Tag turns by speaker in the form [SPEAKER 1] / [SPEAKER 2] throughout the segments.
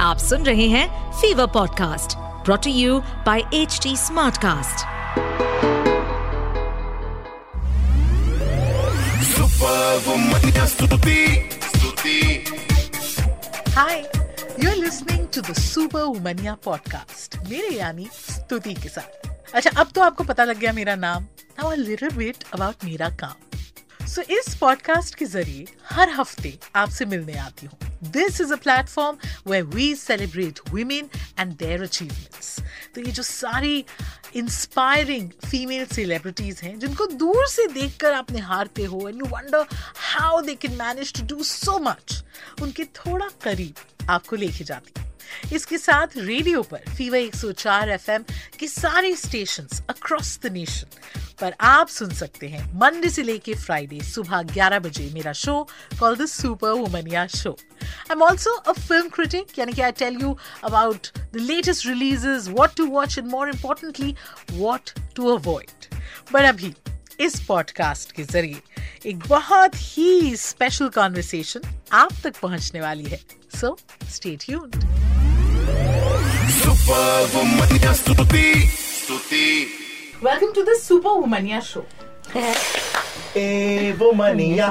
[SPEAKER 1] आप सुन रहे हैं Fever podcast brought to you by H T Smartcast
[SPEAKER 2] Superwoman Stuti Stuti
[SPEAKER 3] hi you are listening to the Super Womania podcast मेरे यानी स्तुति के साथ अच्छा अब तो आपको पता लग गया मेरा नाम now a little bit about मेरा काम सो इस पॉडकास्ट के जरिए हर हफ्ते आपसे मिलने आती हूँ this is a platform where we celebrate women and their achievements तो ये जो सारी इंस्पायरिंग फीमेल सेलिब्रिटीज हैं जिनको दूर से देखकर आप निहारते हो and you wonder how they can manage to do so much उनके थोड़ा करीब आपको लेके जाती हूँ इसके साथ रेडियो पर फीवर 104 एफएम के सारे स्टेशंस अक्रॉस द नेशन पर आप सुन सकते हैं मंडे से लेके फ्राइडे सुबह 11 बजे मेरा show call the Super Womania show I am also a film critic यानी कि I tell you about the latest releases what to watch and more importantly what to avoid पर अभी इस पॉडकास्ट के जरिए एक बहुत ही स्पेशल कॉन्वर्सेशन आप तक पहुंचने वाली है so stay tuned
[SPEAKER 2] Superwoman Stuti Stuti
[SPEAKER 3] Welcome to the Super Womania Show.
[SPEAKER 4] ए वो मनिया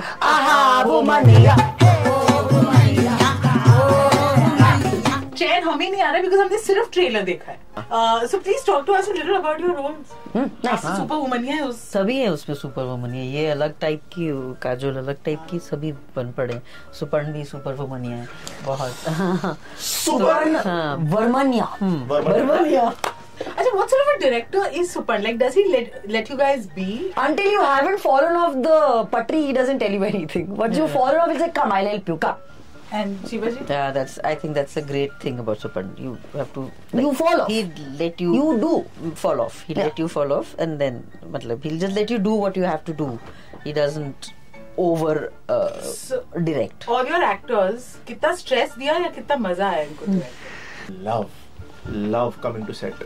[SPEAKER 3] चैन हमें नहीं आ रहा बिकॉज हमने सिर्फ ट्रेलर देखा है Uh, so please talk to us little about your roles super वुमनिया है उस
[SPEAKER 5] सभी है उसमें सुपर वुमन है ये अलग टाइप की काजोल अलग टाइप की सभी बन पड़े सुपर्ण भी सुपर वुमन है बहुत
[SPEAKER 4] सुपर्ण
[SPEAKER 5] हाँ,
[SPEAKER 4] बर्मनिया
[SPEAKER 3] अच्छा what sort of a director is super like does he let you guys be
[SPEAKER 6] Until you haven't fallen off the putri, he doesn't tell you anything. Once you've fallen off, he's like, come, I'll help you, come.
[SPEAKER 3] And Shivaji
[SPEAKER 5] yeah, that's I think that's a great thing about Supan. You have to
[SPEAKER 6] You fall off.
[SPEAKER 5] He let you
[SPEAKER 6] You do.
[SPEAKER 5] fall off. He let you fall off, and then matlab, he'll just let you do what you have to do. He doesn't over uh,
[SPEAKER 3] So-
[SPEAKER 5] direct.
[SPEAKER 3] और your actors कितना stress दिया या कितना मजा आया इनको
[SPEAKER 4] love love coming to set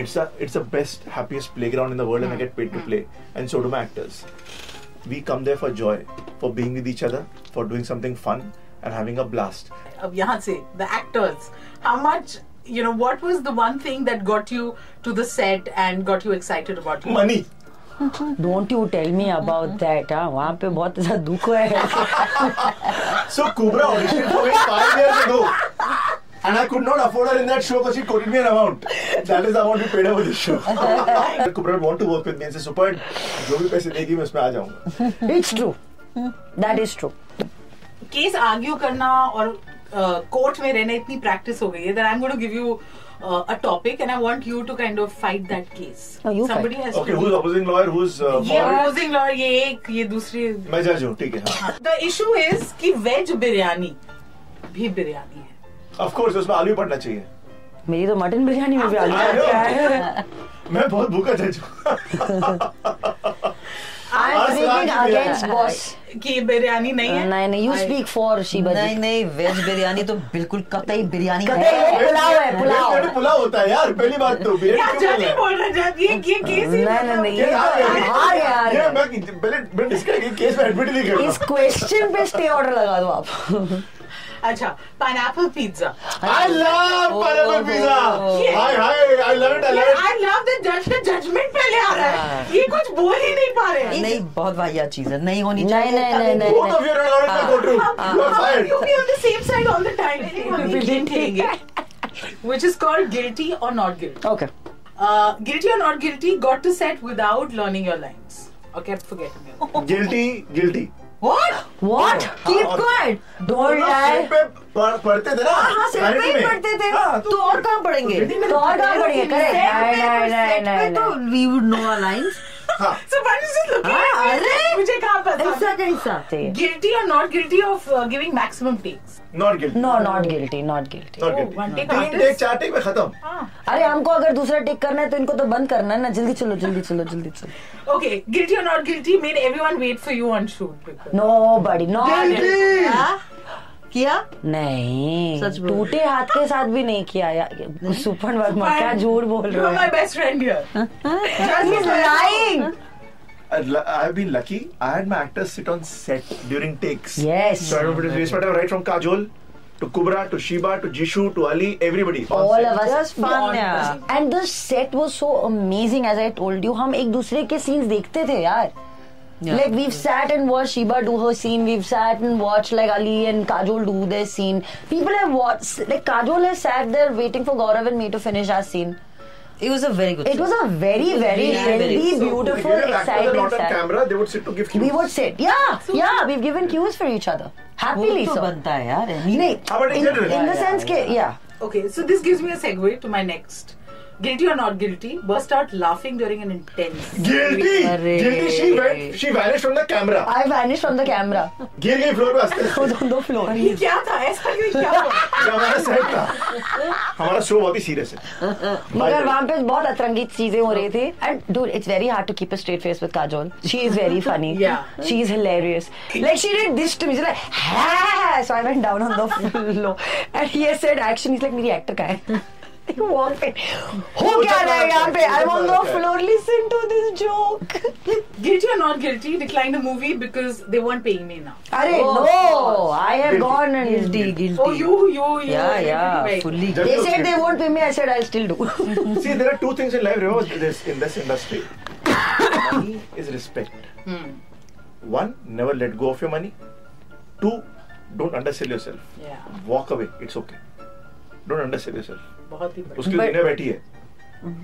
[SPEAKER 4] it's a it's the best happiest playground in the world and i get paid to play and so do my actors we come there for joy for being with each other for doing something fun and having a blast
[SPEAKER 3] अब यहाँ से the actors how much you know what was the one thing that got you to the set and got you excited about
[SPEAKER 4] money
[SPEAKER 6] Don't you tell me about that. हाँ वहाँ पे बहुत ज़्यादा दुख है
[SPEAKER 4] so kubra auditioned for me five years ago and I could not afford her in that show because she quoted me an amount. That is the amount we paid her for this show. Kubra would want to work with me and say, Super, जो भी पैसे देगी मैं उसमें आ जाऊंगा.
[SPEAKER 6] It's true. That is true.
[SPEAKER 3] Case argue करना और court में रहना इतनी प्रैक्टिस हो गई है that I am going to give you a topic and I want you to kind of fight that case
[SPEAKER 6] No, Oh, you
[SPEAKER 3] somebody has
[SPEAKER 4] Okay,
[SPEAKER 3] to
[SPEAKER 4] who's opposing lawyer? Who's uh,
[SPEAKER 3] ये
[SPEAKER 4] moral?
[SPEAKER 3] Opposing lawyer ये एक ये दूसरी
[SPEAKER 4] मैं जज हूँ ठीक है हाँ.
[SPEAKER 3] द इशू इज कि वेज बिरयानी भी बिरयानी है
[SPEAKER 4] हाँ। Of course, उसमें आलू ही पड़ना चाहिए
[SPEAKER 6] मेरी तो मटन बिरयानी में भी आलू
[SPEAKER 4] I
[SPEAKER 6] पड़ गया है
[SPEAKER 4] know. मैं बहुत भूखा जज हूँ
[SPEAKER 6] I'm
[SPEAKER 4] आज
[SPEAKER 6] speaking
[SPEAKER 4] आज भी
[SPEAKER 6] against boss.
[SPEAKER 3] कि बिरयानी नहीं है
[SPEAKER 6] नहीं नहीं you speak for Shiva
[SPEAKER 5] नहीं
[SPEAKER 6] जी.
[SPEAKER 5] नहीं वेज बिरयानी तो बिल्कुल कतई बिरयानी
[SPEAKER 6] कतई है, पुलाव है पुलाव.
[SPEAKER 4] बिरयानी पुलाव होता है यार पहली बात
[SPEAKER 3] क्या
[SPEAKER 4] तो बिरयानी क्यों
[SPEAKER 3] जज
[SPEAKER 4] बोल
[SPEAKER 3] ही बोल रहा
[SPEAKER 4] रहा है?
[SPEAKER 3] है जज ये ये केस ही
[SPEAKER 6] नहीं,
[SPEAKER 3] मतलब-
[SPEAKER 6] नहीं,
[SPEAKER 4] ये
[SPEAKER 6] नहीं।
[SPEAKER 4] हार है,
[SPEAKER 6] हार है, हार
[SPEAKER 4] ये
[SPEAKER 6] है।
[SPEAKER 4] मैं पहले मैं डिस्कस केस में एडमिट नहीं
[SPEAKER 6] इस
[SPEAKER 4] करूँगा
[SPEAKER 6] क्वेश्चन पे स्टे ऑर्डर लगा दो आप
[SPEAKER 3] अच्छा pineapple pizza
[SPEAKER 4] I love pineapple pizza
[SPEAKER 3] oh.
[SPEAKER 4] Hi hi I love it I love
[SPEAKER 3] I love that जज का जजमेंट पहले आ रहा
[SPEAKER 6] हाँ।
[SPEAKER 3] है ये कुछ बोल ही नहीं पा रहे हैं
[SPEAKER 5] नहीं बहुत वाहिया चीज है नहीं होनी
[SPEAKER 6] नहीं
[SPEAKER 5] चाहिए
[SPEAKER 6] नहीं नहीं
[SPEAKER 4] इट
[SPEAKER 6] नहीं
[SPEAKER 4] both of you are not in the
[SPEAKER 6] हाँ,
[SPEAKER 4] courtroom you are
[SPEAKER 3] How can
[SPEAKER 4] fired
[SPEAKER 3] you be on the same side all the time?
[SPEAKER 6] We didn't take
[SPEAKER 3] Which is called guilty or not guilty.
[SPEAKER 6] Okay.
[SPEAKER 3] Uh, guilty or not guilty got to set without learning your lines. Or kept forgetting them.
[SPEAKER 4] Guilty guilty
[SPEAKER 3] What?
[SPEAKER 6] What? Keep
[SPEAKER 5] हाँ,
[SPEAKER 6] quiet. Don't lie.
[SPEAKER 4] पढ़ते थे ना
[SPEAKER 5] हाँ,
[SPEAKER 6] सिर हाँ, पे
[SPEAKER 4] clarity
[SPEAKER 6] ही
[SPEAKER 4] में.
[SPEAKER 6] पढ़ते थे
[SPEAKER 4] हाँ,
[SPEAKER 5] तो और कहाँ पढ़ेंगे
[SPEAKER 6] तो और कहाँ पढ़िए करें नहीं नहीं नहीं नहीं
[SPEAKER 5] तो
[SPEAKER 6] नहीं
[SPEAKER 5] we would know our lines
[SPEAKER 4] हाँ.
[SPEAKER 3] So one is just looking
[SPEAKER 5] Ah,
[SPEAKER 3] at me.
[SPEAKER 5] arre!
[SPEAKER 3] मुझे कहाँ पता?
[SPEAKER 5] ऐसा कैसा
[SPEAKER 6] चाहिए.
[SPEAKER 3] Guilty or not guilty of uh, giving maximum takes.
[SPEAKER 4] Not guilty.
[SPEAKER 6] No, not guilty, not guilty.
[SPEAKER 4] Not
[SPEAKER 3] Oh,
[SPEAKER 4] guilty.
[SPEAKER 3] one take
[SPEAKER 4] तीन
[SPEAKER 3] artist.
[SPEAKER 4] Take चार take में खत्म
[SPEAKER 6] अरे हमको अगर दूसरा टेक करना है तो इनको तो बंद करना है ना जल्दी चलो जल्दी चलो जल्दी चलो
[SPEAKER 3] Okay, guilty or not guilty made everyone wait for you on shoot. Because.
[SPEAKER 6] No बड़ी नो हाँ।
[SPEAKER 3] Huh?
[SPEAKER 5] किया सच
[SPEAKER 6] नहीं
[SPEAKER 5] बोल
[SPEAKER 6] टूटे हाथ के साथ भी नहीं किया यार सुपन वर्मा क्या झूठ बोल
[SPEAKER 3] You are
[SPEAKER 6] रहे
[SPEAKER 3] my
[SPEAKER 6] हो
[SPEAKER 3] best friend here.
[SPEAKER 6] He's lying.
[SPEAKER 4] Uh, I have been lucky. I had my actors sit on set during takes.
[SPEAKER 6] Yes.
[SPEAKER 4] So I don't have to waste my time right from Kajol to Kubra, to Shiba, to Jishu, to Ali, everybody. on
[SPEAKER 6] all
[SPEAKER 4] set.
[SPEAKER 6] Of us
[SPEAKER 5] Just fun, yeah.
[SPEAKER 6] And the set was so amazing as I told you हम एक दूसरे के scenes देखते थे यार
[SPEAKER 5] Yeah.
[SPEAKER 6] Like we've sat and watched Shiba do her scene. We've sat and watched like Ali and Kajol do their scene. People have watched like Kajol has sat there waiting for Gaurav and me to finish our scene.
[SPEAKER 5] It was a very good.
[SPEAKER 6] It was a very, very
[SPEAKER 5] Really
[SPEAKER 6] healthy,
[SPEAKER 5] very-
[SPEAKER 4] So,
[SPEAKER 6] beautiful,
[SPEAKER 4] when an actor
[SPEAKER 6] exciting
[SPEAKER 4] not on
[SPEAKER 6] set.
[SPEAKER 4] camera, they would sit to give cues.
[SPEAKER 6] We would sit. Yeah, yeah. We've given cues for each other happily.
[SPEAKER 5] तो
[SPEAKER 6] So,
[SPEAKER 5] बनता है यार any-
[SPEAKER 6] नहीं,
[SPEAKER 4] How about in
[SPEAKER 6] in,
[SPEAKER 4] general?
[SPEAKER 6] in the
[SPEAKER 4] Yeah,
[SPEAKER 6] sense के yeah.
[SPEAKER 3] Okay, so this gives me a segue to my next. Guilty or not guilty, burst out laughing during an intense.
[SPEAKER 4] Guilty!
[SPEAKER 5] Arre.
[SPEAKER 4] Guilty, she went, she vanished from the camera.
[SPEAKER 6] I vanished from the camera.
[SPEAKER 4] गिर गई floor पे हंसते
[SPEAKER 6] I was on the floor.
[SPEAKER 3] ये क्या था ऐसा ये क्या हुआ?
[SPEAKER 4] ये हमारा सेट था हमारा शो बहुत ही सीरियस है
[SPEAKER 6] मगर वहाँ पे बहुत अतरंगी चीजें हो रही थी and dude it's very hard to keep a straight face with Kajol she is very funny
[SPEAKER 3] Yeah.
[SPEAKER 6] She is hilarious like she did this to me like so I went down on the floor and he said action is like मेरी actor का है walk पे हो क्या रहा है यहाँ पे I am on the floor listen to this joke
[SPEAKER 3] Guilty or not guilty, declined a movie because they weren't paying me enough.
[SPEAKER 6] अरे no I have gone and
[SPEAKER 5] guilty, guilty.
[SPEAKER 3] Oh, you, you, you.
[SPEAKER 5] Yeah,
[SPEAKER 3] you
[SPEAKER 5] yeah,
[SPEAKER 3] were
[SPEAKER 5] fully.
[SPEAKER 6] They said they won't pay me. I said I'll still do.
[SPEAKER 4] see there are two things in life remember this in this industry money is respect
[SPEAKER 5] Hmm.
[SPEAKER 4] one never let go of your money two don't undersell yourself
[SPEAKER 3] Yeah,
[SPEAKER 4] walk away it's okay don't undersell yourself
[SPEAKER 3] बहुत ही बड़ा.
[SPEAKER 4] उसकी
[SPEAKER 5] But-
[SPEAKER 4] दुनिया बैठी है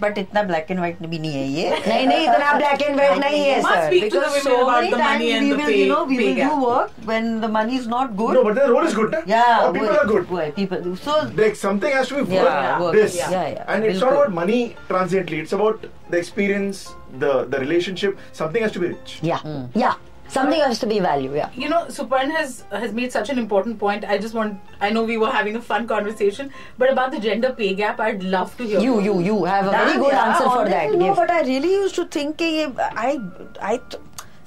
[SPEAKER 5] But इतना black and white भी नहीं है ये.
[SPEAKER 6] नहीं नहीं इतना ब्लैक एंड व्हाइट नहीं है
[SPEAKER 3] Must
[SPEAKER 6] sir
[SPEAKER 3] be to the
[SPEAKER 5] Because
[SPEAKER 3] women
[SPEAKER 5] so
[SPEAKER 3] about
[SPEAKER 5] many
[SPEAKER 3] the
[SPEAKER 5] times
[SPEAKER 3] money and
[SPEAKER 5] we
[SPEAKER 3] the
[SPEAKER 5] will,
[SPEAKER 3] pay,
[SPEAKER 5] you know, we
[SPEAKER 3] pay
[SPEAKER 5] will
[SPEAKER 3] gap.
[SPEAKER 5] do work when the money is not good.
[SPEAKER 4] no but the role is good na
[SPEAKER 5] yeah,
[SPEAKER 4] Or people
[SPEAKER 5] work,
[SPEAKER 4] are good
[SPEAKER 5] work, people. So
[SPEAKER 4] like something has to be
[SPEAKER 5] Yeah,
[SPEAKER 4] worth
[SPEAKER 5] work,
[SPEAKER 4] this
[SPEAKER 5] yeah, yeah,
[SPEAKER 4] and it's
[SPEAKER 5] बिल्कुल.
[SPEAKER 4] not about money transiently it's about the experience the the relationship something has to be rich
[SPEAKER 6] Yeah, yeah. Something has to be value. Yeah.
[SPEAKER 3] You know, Suparn has has made such an important point. I just want. I know we were having a fun conversation, but about the gender pay gap, I'd love to hear.
[SPEAKER 6] You,
[SPEAKER 3] from
[SPEAKER 6] you, you have a very
[SPEAKER 5] Damn,
[SPEAKER 6] good
[SPEAKER 5] yeah,
[SPEAKER 6] answer for
[SPEAKER 5] honestly,
[SPEAKER 6] that.
[SPEAKER 5] No,
[SPEAKER 6] Give.
[SPEAKER 5] but I really used to think कि ये I I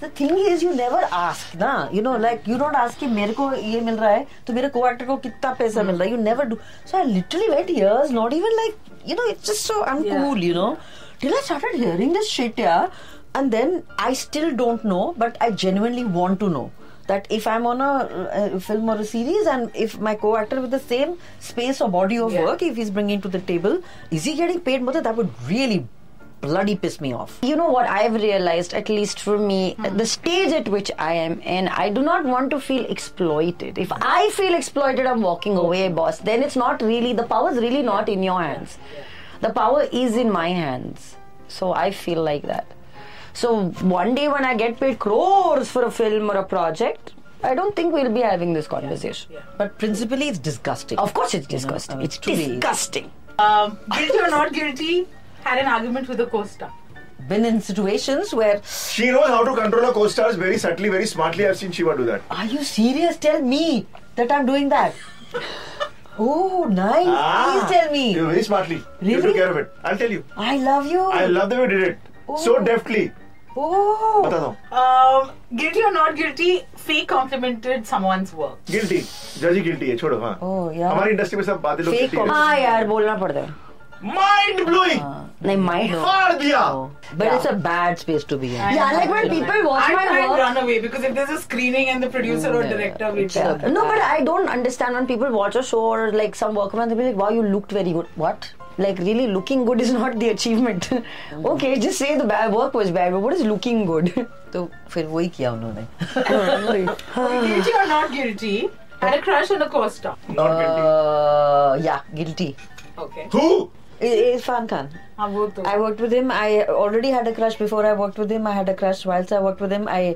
[SPEAKER 5] the thing is you never ask ना you know like you don't ask कि मेरे को ये मिल रहा है तो मेरे co-actor को कितना पैसा मिल रहा है you never do so I literally went years not even like you know it's just so uncool you know till I started hearing this shit yeah and then I still don't know but I genuinely want to know that if I'm on a, uh film or a series and if my co-actor with the same space or body of
[SPEAKER 3] Yeah.
[SPEAKER 5] work, if he's bringing to the table, is he getting paid more? That would really bloody piss me off.
[SPEAKER 6] You know what I've realized, at least for me, the stage at which I am in, I do not want to feel exploited. If I feel exploited, I'm walking away, boss. Then it's not really, the power's really not in your hands. The power is in my hands. So I feel like that. So one day when I get paid crores for a film or a project, I don't think we'll be having this conversation.
[SPEAKER 5] But principally, it's disgusting.
[SPEAKER 6] Of course, it's disgusting.
[SPEAKER 5] uh,
[SPEAKER 6] it's
[SPEAKER 5] to me, it's-
[SPEAKER 6] disgusting.
[SPEAKER 3] Um, guilty or not guilty, had an argument with a co-star.
[SPEAKER 5] Been in situations where,
[SPEAKER 4] She knows how to control her co-stars very subtly, very smartly. I've seen Shiva do that.
[SPEAKER 5] are you serious? Tell me that I'm doing that. oh, nice. Please tell me.
[SPEAKER 4] Ah, You very smartly. You
[SPEAKER 5] Really? Oh.
[SPEAKER 4] took care of it. I'll tell you.
[SPEAKER 5] I love you.
[SPEAKER 4] I love the way you did it. So deftly.
[SPEAKER 5] oh.
[SPEAKER 4] बताता हूँ.
[SPEAKER 3] Um, guilty or not guilty, fake complimented someone's work.
[SPEAKER 4] Guilty. Judge he guilty है. छोड़ो हाँ.
[SPEAKER 5] Oh, yeah.
[SPEAKER 4] हमारी industry में सब बातें लोग
[SPEAKER 5] Fake
[SPEAKER 4] guilty हैं.
[SPEAKER 6] हाँ यार बोलना पड़ता है
[SPEAKER 4] Mind blowing.
[SPEAKER 5] Ah.
[SPEAKER 6] नहीं माइंड
[SPEAKER 4] फाड़ दिया.
[SPEAKER 5] But it's a bad space to be in.
[SPEAKER 3] I-
[SPEAKER 6] Yeah, like when people watch
[SPEAKER 3] I'd,
[SPEAKER 6] my
[SPEAKER 3] I'd
[SPEAKER 6] work.
[SPEAKER 3] run away because if there's a screening and the producer or director will tell.
[SPEAKER 5] a-
[SPEAKER 6] No, but I don't understand when people watch a show or like some workman, they'll be like, wow, you looked very good. What? Like, really, looking good is not the achievement. okay, just say the bad work was bad, but what is looking good?
[SPEAKER 5] तो फिर वही किया उन्होंने
[SPEAKER 3] Guilty or not guilty, had Uh. a crush on a co-star.
[SPEAKER 5] Ah.
[SPEAKER 4] Not guilty.
[SPEAKER 5] Uh, yeah, guilty.
[SPEAKER 3] Okay. Ah,
[SPEAKER 4] Who?
[SPEAKER 5] I- Irfan Khan.
[SPEAKER 3] हाँ, वो तो.
[SPEAKER 5] I worked with him. I already had a crush before I worked with him. I had a crush whilst I worked with him. I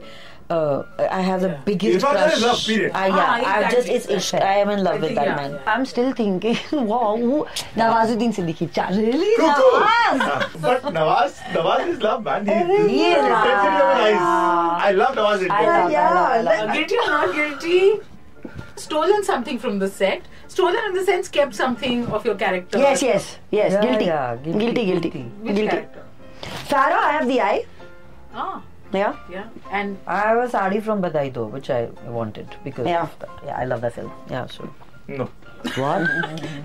[SPEAKER 5] uh, I have the biggest
[SPEAKER 4] Irfan Khan
[SPEAKER 5] crush.
[SPEAKER 4] is love, period.
[SPEAKER 5] I, yeah,
[SPEAKER 3] Ah,
[SPEAKER 5] I just
[SPEAKER 3] exactly.
[SPEAKER 5] it's ishq. I am in love with that
[SPEAKER 3] Yeah.
[SPEAKER 5] man.
[SPEAKER 6] I'm still thinking, wow, who- Nawazuddin Siddiqui. Cha- Really?
[SPEAKER 4] Cuckoo.
[SPEAKER 6] Nawaz?
[SPEAKER 4] हाँ. But Nawaz, Nawaz is love man. He, he
[SPEAKER 6] yeah.
[SPEAKER 4] is intensity of his eyes. I love Nawaz
[SPEAKER 6] I
[SPEAKER 4] intensity.
[SPEAKER 6] love, I love, I love.
[SPEAKER 3] Uh, guilty or not guilty, stolen something from the set. Stolen in the sense kept something of your character.
[SPEAKER 6] Yes, yes, yes.
[SPEAKER 5] Yeah,
[SPEAKER 6] guilty.
[SPEAKER 5] yeah,
[SPEAKER 6] guilty.
[SPEAKER 5] guilty,
[SPEAKER 6] Guilty, guilty.
[SPEAKER 5] guilty.
[SPEAKER 3] Which character?
[SPEAKER 6] Farah, I have the eye.
[SPEAKER 3] Ah,
[SPEAKER 6] Yeah.
[SPEAKER 3] yeah. And
[SPEAKER 5] I have a sari from Badai Do, which I wanted because
[SPEAKER 6] Yeah.
[SPEAKER 5] of that. yeah, I love that film. Yeah, so
[SPEAKER 4] No.
[SPEAKER 5] what?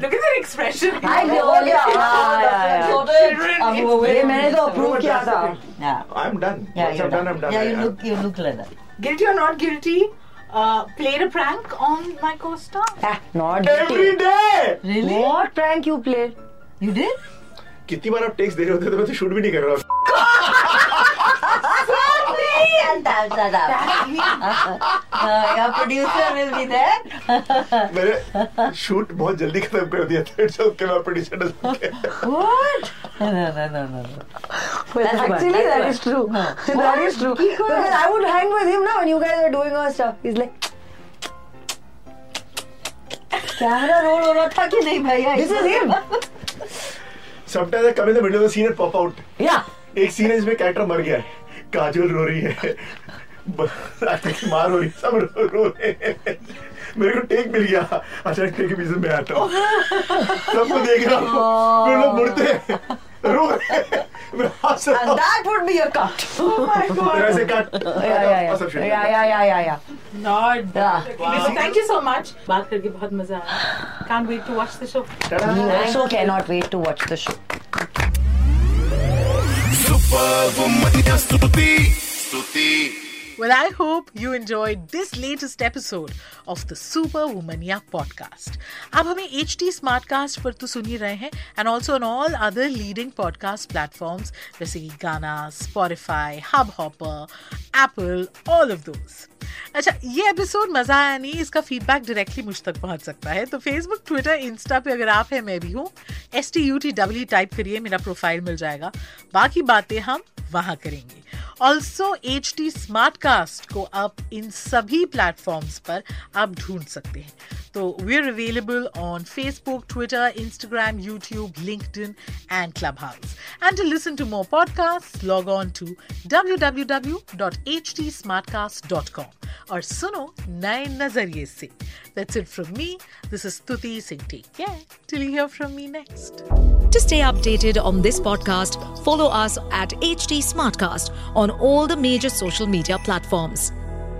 [SPEAKER 3] look at their expression.
[SPEAKER 6] I know, yeah, yeah, yeah.
[SPEAKER 3] Children,
[SPEAKER 5] अब
[SPEAKER 3] it's
[SPEAKER 5] वो-
[SPEAKER 6] ये मैंने तो approve
[SPEAKER 4] But
[SPEAKER 6] किया
[SPEAKER 4] that's
[SPEAKER 6] था
[SPEAKER 4] the thing.
[SPEAKER 5] Yeah.
[SPEAKER 4] I'm done.
[SPEAKER 5] Yeah,
[SPEAKER 4] Once
[SPEAKER 5] you're
[SPEAKER 4] I'm done, I'm done.
[SPEAKER 5] Yeah,
[SPEAKER 4] I-
[SPEAKER 5] you
[SPEAKER 4] I'm-
[SPEAKER 5] look, you look like that.
[SPEAKER 3] guilty or not guilty, uh, played a prank on my co-star.
[SPEAKER 6] Ah, not
[SPEAKER 4] every
[SPEAKER 6] guilty.
[SPEAKER 4] day.
[SPEAKER 5] Really?
[SPEAKER 6] What prank you played?
[SPEAKER 5] You did?
[SPEAKER 4] कितनी बार आप text दे रहे होते तो मैं तो shoot भी नहीं कर रहा
[SPEAKER 5] And that's that your producer will be there.
[SPEAKER 4] मैंने शूट बहुत जल्दी खत्म कर दिया था इट्स ओके मैं producer doesn't
[SPEAKER 5] what? No, no, no, no, no.
[SPEAKER 6] Well,
[SPEAKER 5] That's one,
[SPEAKER 6] actually,
[SPEAKER 5] that's
[SPEAKER 6] that
[SPEAKER 5] one.
[SPEAKER 6] is true. That is true.
[SPEAKER 5] He could-
[SPEAKER 6] Because I would hang with him now when you guys are doing all stuff. He's like,
[SPEAKER 5] camera roll हो रहा था कि नहीं भैया
[SPEAKER 6] this is him.
[SPEAKER 4] Sometimes I come in the middle of the scene and pop out
[SPEAKER 6] Yeah.
[SPEAKER 4] एक scene है जिसमें character मर गया है काजोल रो रही है ब- आटे की मार हो रही है, सब रो रो रहे हैं मेरे को टेक मिल गया अच्छा, अचानक टेक के पीछे में आता हूँ सबको देख रहा हूँ फिर लोग मुड़ते हैं रो रहे हैं मैं हंस रहा हूँ
[SPEAKER 5] And that would be a cut. Oh my
[SPEAKER 4] फिर
[SPEAKER 5] god.
[SPEAKER 4] ऐसे काट
[SPEAKER 6] Yeah, yeah, yeah.
[SPEAKER 4] और सब शुरू
[SPEAKER 6] Yeah, yeah, yeah, yeah, yeah.
[SPEAKER 3] Not.
[SPEAKER 6] Yeah.
[SPEAKER 3] Listen, thank you so much. बात करके बहुत मजा आया. Can't wait to watch the show.
[SPEAKER 4] Ta-da.
[SPEAKER 6] We also cannot wait to watch the show.
[SPEAKER 2] Superwoman Stuti Stuti
[SPEAKER 3] Well, I hope you enjoyed this latest episode of the Super Womania podcast. आप हमें H T Smartcast पर तो सुन ही रहे हैं and also on all other leading podcast platforms जैसे कि Gaana Spotify Hubhopper Apple all of those अच्छा ये एपिसोड मजा आया नहीं इसका फीडबैक डायरेक्टली मुझ तक पहुंच सकता है तो फेसबुक ट्विटर इंस्टा पे अगर आप है मैं भी हूँ S T U T W type करिए मेरा प्रोफाइल मिल जाएगा बाकी बातें हम वहाँ करेंगे also H T Smartcast को आप इन सभी प्लेटफॉर्म्स पर आप ढूंढ सकते हैं तो we are available on Facebook Twitter Instagram YouTube LinkedIn and Clubhouse and to listen to more podcast log on to W W W dot H T Smartcast dot com और सुनो नए नजरिए से that's it from me this is Stuti Singh take care till you hear from me next
[SPEAKER 1] To stay updated on this podcast, follow us at HT Smartcast on all the major social media platforms.